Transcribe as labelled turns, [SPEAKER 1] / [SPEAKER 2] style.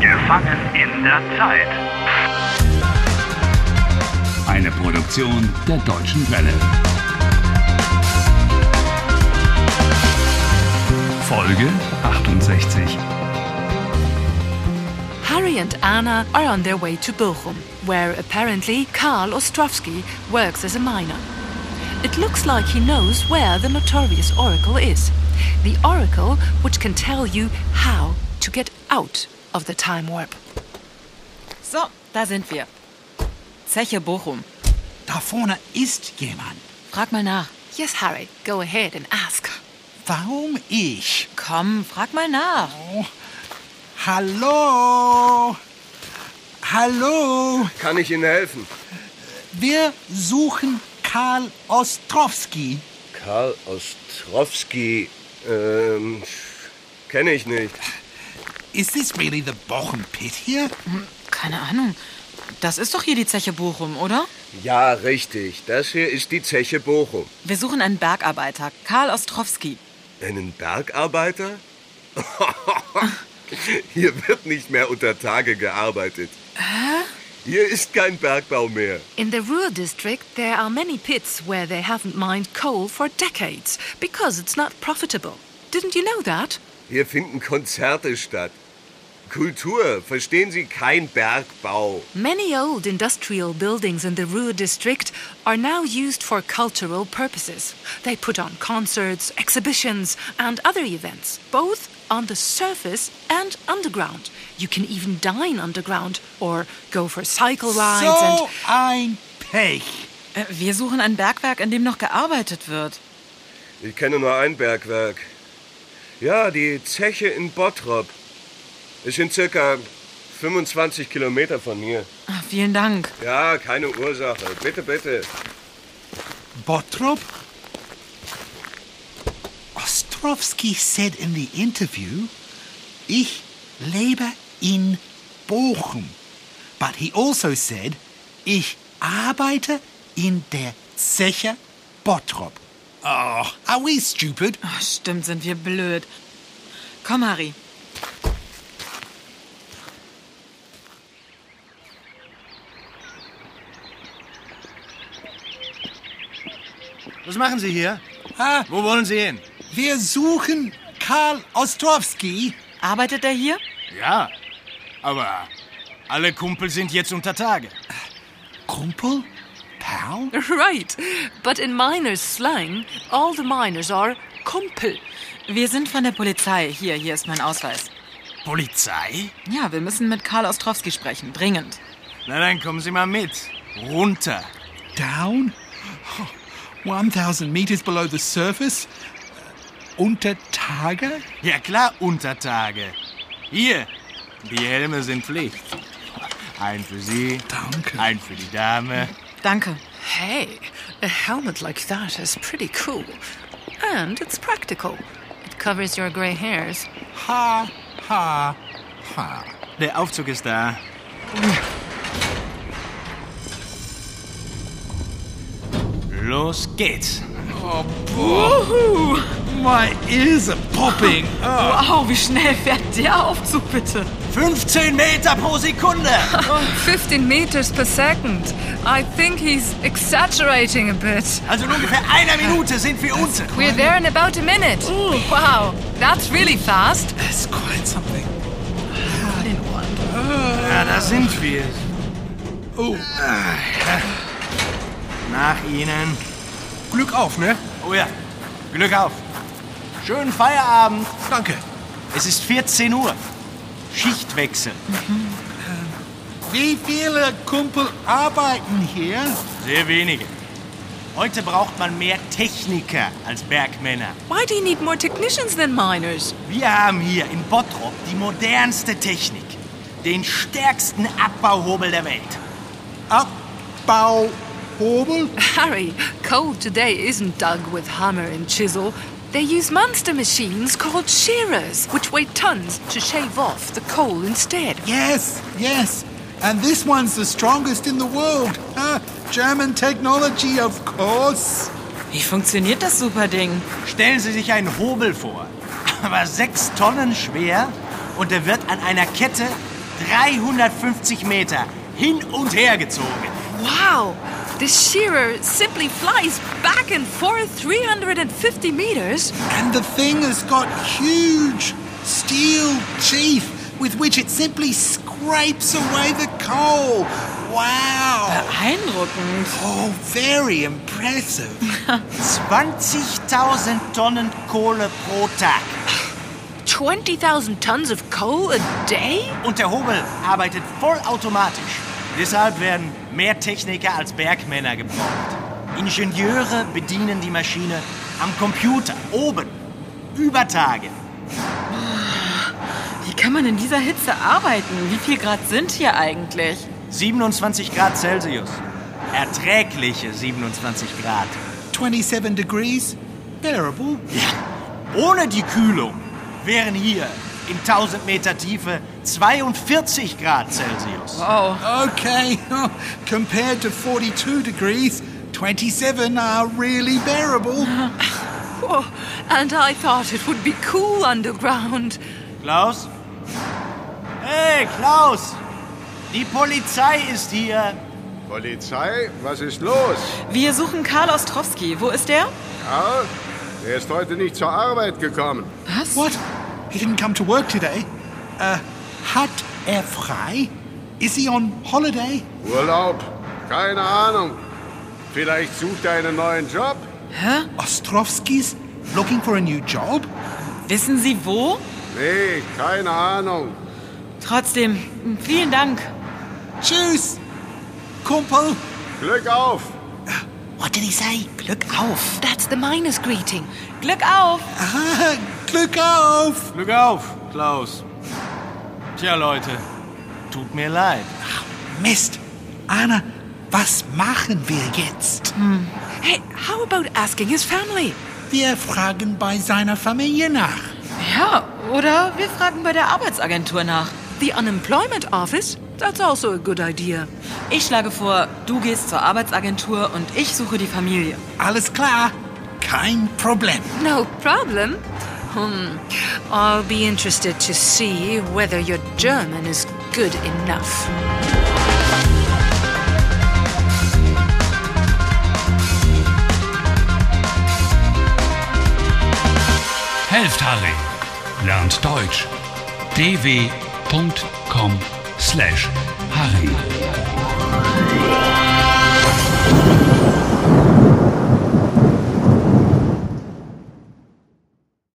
[SPEAKER 1] Gefangen in der Zeit.
[SPEAKER 2] Eine Produktion der Deutschen Welle. Folge 68.
[SPEAKER 3] Harry and Anna are on their way to Bochum, where apparently Karl Ostrovsky works as a miner. It looks like he knows where the notorious oracle is. The oracle which can tell you how to get out of the time warp.
[SPEAKER 4] So, da sind wir. Zeche Bochum.
[SPEAKER 5] Da vorne ist jemand.
[SPEAKER 4] Frag mal nach.
[SPEAKER 3] Yes, Harry, go ahead and ask.
[SPEAKER 5] Warum ich?
[SPEAKER 4] Komm, frag mal nach.
[SPEAKER 5] Hallo? Hallo?
[SPEAKER 6] Kann ich Ihnen helfen?
[SPEAKER 5] Wir suchen Karl Ostrowski.
[SPEAKER 6] Karl Ostrowski, ähm, kenne ich nicht.
[SPEAKER 5] Is this really the Bochum pit here?
[SPEAKER 4] Keine Ahnung. Das ist doch hier die Zeche Bochum, oder?
[SPEAKER 6] Ja, richtig. Das hier ist die Zeche Bochum.
[SPEAKER 4] Wir suchen einen Bergarbeiter, Karl Ostrowski.
[SPEAKER 6] Einen Bergarbeiter? Hier wird nicht mehr unter Tage gearbeitet. Hier ist kein Bergbau mehr.
[SPEAKER 3] In the Ruhr district, there are many pits where they haven't mined coal for decades because it's not profitable. Didn't you know that?
[SPEAKER 6] Hier finden Konzerte statt. Kultur, verstehen Sie, kein Bergbau.
[SPEAKER 3] Many old industrial buildings in the Ruhr district are now used for cultural purposes. They put on concerts, exhibitions, and other events, both on the surface and underground. You can even dine underground or go for cycle rides and.
[SPEAKER 5] So ein Pech.
[SPEAKER 4] Äh, Wir suchen ein Bergwerk, in dem noch gearbeitet wird.
[SPEAKER 6] Ich kenne nur ein Bergwerk. Ja, die Zeche in Bottrop. Es sind circa 25 Kilometer von mir.
[SPEAKER 4] Ah, vielen Dank.
[SPEAKER 6] Ja, keine Ursache. Bitte, bitte.
[SPEAKER 5] Bottrop? Ostrowski said in the interview, ich lebe in Bochum. But he also said, ich arbeite in der Zeche Bottrop. Oh, are we stupid?
[SPEAKER 4] Ah, stimmt, sind wir blöd. Komm, Harry.
[SPEAKER 7] Was machen Sie hier?
[SPEAKER 5] Ah,
[SPEAKER 7] Wo wollen Sie hin?
[SPEAKER 5] wir suchen Karl Ostrowski.
[SPEAKER 4] Arbeitet er hier?
[SPEAKER 7] Ja, aber alle Kumpel sind jetzt unter Tage.
[SPEAKER 5] Kumpel? Pal?
[SPEAKER 3] Right, but in miners' slang, all the miners are kumpel.
[SPEAKER 4] Wir sind von der Polizei. Hier, hier ist mein Ausweis.
[SPEAKER 7] Polizei?
[SPEAKER 4] Ja, wir müssen mit Karl Ostrowski sprechen. Dringend.
[SPEAKER 7] Na dann kommen Sie mal mit. Runter.
[SPEAKER 5] Down? 1000 meters below the surface? Unter Tage?
[SPEAKER 7] Ja klar, unter Tage. Hier, die Helme sind Pflicht. Ein für Sie,
[SPEAKER 5] Danke.
[SPEAKER 7] ein für die Dame.
[SPEAKER 4] Danke.
[SPEAKER 3] Hey, a helmet like that is pretty cool. And it's practical. It covers your grey hairs.
[SPEAKER 5] Ha, ha, ha.
[SPEAKER 7] Der Aufzug ist da. Los geht's.
[SPEAKER 5] My ears are popping.
[SPEAKER 4] Wow, wie schnell fährt der Aufzug bitte?
[SPEAKER 7] 15 Meter pro Sekunde.
[SPEAKER 3] 15 meters per second. I think he's exaggerating a bit.
[SPEAKER 7] Also in ungefähr einer Minute sind wir unten.
[SPEAKER 3] We're there in about a minute. Wow, that's really fast.
[SPEAKER 5] That's quite something.
[SPEAKER 7] Ja, da sind wir.
[SPEAKER 5] Oh,
[SPEAKER 7] Nach Ihnen.
[SPEAKER 5] Glück auf, ne?
[SPEAKER 7] Oh ja, Glück auf. Schönen Feierabend.
[SPEAKER 5] Danke.
[SPEAKER 7] Es ist 14 Uhr. Schichtwechsel.
[SPEAKER 5] Wie viele Kumpel arbeiten hier?
[SPEAKER 7] Sehr wenige. Heute braucht man mehr Techniker als Bergmänner.
[SPEAKER 3] Why do you need more technicians than miners?
[SPEAKER 7] Wir haben hier in Bottrop die modernste Technik. Den stärksten Abbauhobel der Welt.
[SPEAKER 5] Abbauhobel?
[SPEAKER 3] Harry, coal today isn't dug with hammer and chisel. They use monster machines called shearers, which weigh tons to shave off the coal instead.
[SPEAKER 5] Yes, yes. And this one's the strongest in the world. Ah, German technology, of course.
[SPEAKER 4] Wie funktioniert das super Ding?
[SPEAKER 7] Stellen Sie sich einen Hobel vor. Aber sechs Tonnen schwer und er wird an einer Kette 350 Meter hin und her gezogen.
[SPEAKER 3] Wow! The shearer simply flies back and forth 350 meters.
[SPEAKER 5] And the thing has got huge steel teeth with which it simply scrapes away the coal. Wow!
[SPEAKER 4] Beeindruckend.
[SPEAKER 5] Oh, very impressive.
[SPEAKER 7] 20.000 Tonnen Kohle pro Tag.
[SPEAKER 3] 20,000 tons of coal a day?
[SPEAKER 7] Und der Hobel arbeitet vollautomatisch. Deshalb werden mehr Techniker als Bergmänner gebraucht. Ingenieure bedienen die Maschine am Computer, oben, über Tage.
[SPEAKER 4] Wie kann man in dieser Hitze arbeiten? Wie viel Grad sind hier eigentlich?
[SPEAKER 7] 27 Grad Celsius. Erträgliche 27 Grad.
[SPEAKER 5] 27 degrees? Bearable.
[SPEAKER 7] Ohne die Kühlung wären hier in 1000 Meter Tiefe 42 Grad Celsius.
[SPEAKER 5] Okay, compared to 42 degrees, 27 are really bearable.
[SPEAKER 3] Oh, and I thought it would be cool underground.
[SPEAKER 7] Klaus? Hey, Klaus! Die Polizei ist hier.
[SPEAKER 1] Polizei, was ist los?
[SPEAKER 4] Wir suchen Karl Ostrowski. Wo ist der?
[SPEAKER 1] Ja, er ist heute nicht zur Arbeit gekommen.
[SPEAKER 4] Was?
[SPEAKER 5] What? He didn't come to work today? Uh, hat er frei? Is he on holiday?
[SPEAKER 1] Urlaub? Keine Ahnung. Vielleicht sucht er einen neuen Job?
[SPEAKER 5] Ostrovsky's looking for a new job?
[SPEAKER 4] Wissen Sie wo?
[SPEAKER 1] Nee, keine Ahnung.
[SPEAKER 4] Trotzdem, vielen Dank.
[SPEAKER 5] Tschüss, Kumpel.
[SPEAKER 1] Glück auf!
[SPEAKER 5] What did he say?
[SPEAKER 4] Glück auf.
[SPEAKER 3] That's the miner's greeting.
[SPEAKER 4] Glück auf.
[SPEAKER 5] Ah, Glück auf.
[SPEAKER 7] Glück auf, Klaus. Tja, Leute, tut mir leid.
[SPEAKER 5] Mist. Anna, was machen wir jetzt?
[SPEAKER 3] Hm. Hey, how about asking his family?
[SPEAKER 5] Wir fragen bei seiner Familie nach.
[SPEAKER 4] Ja, oder wir fragen bei der Arbeitsagentur nach.
[SPEAKER 3] The unemployment office? That's also a good idea.
[SPEAKER 4] Ich schlage vor, du gehst zur Arbeitsagentur und ich suche die Familie.
[SPEAKER 5] Alles klar. Kein Problem.
[SPEAKER 3] No problem. Hmm. I'll be interested to see whether your German is good enough.
[SPEAKER 2] Helft Harry. Lernt Deutsch. dw.com/harry.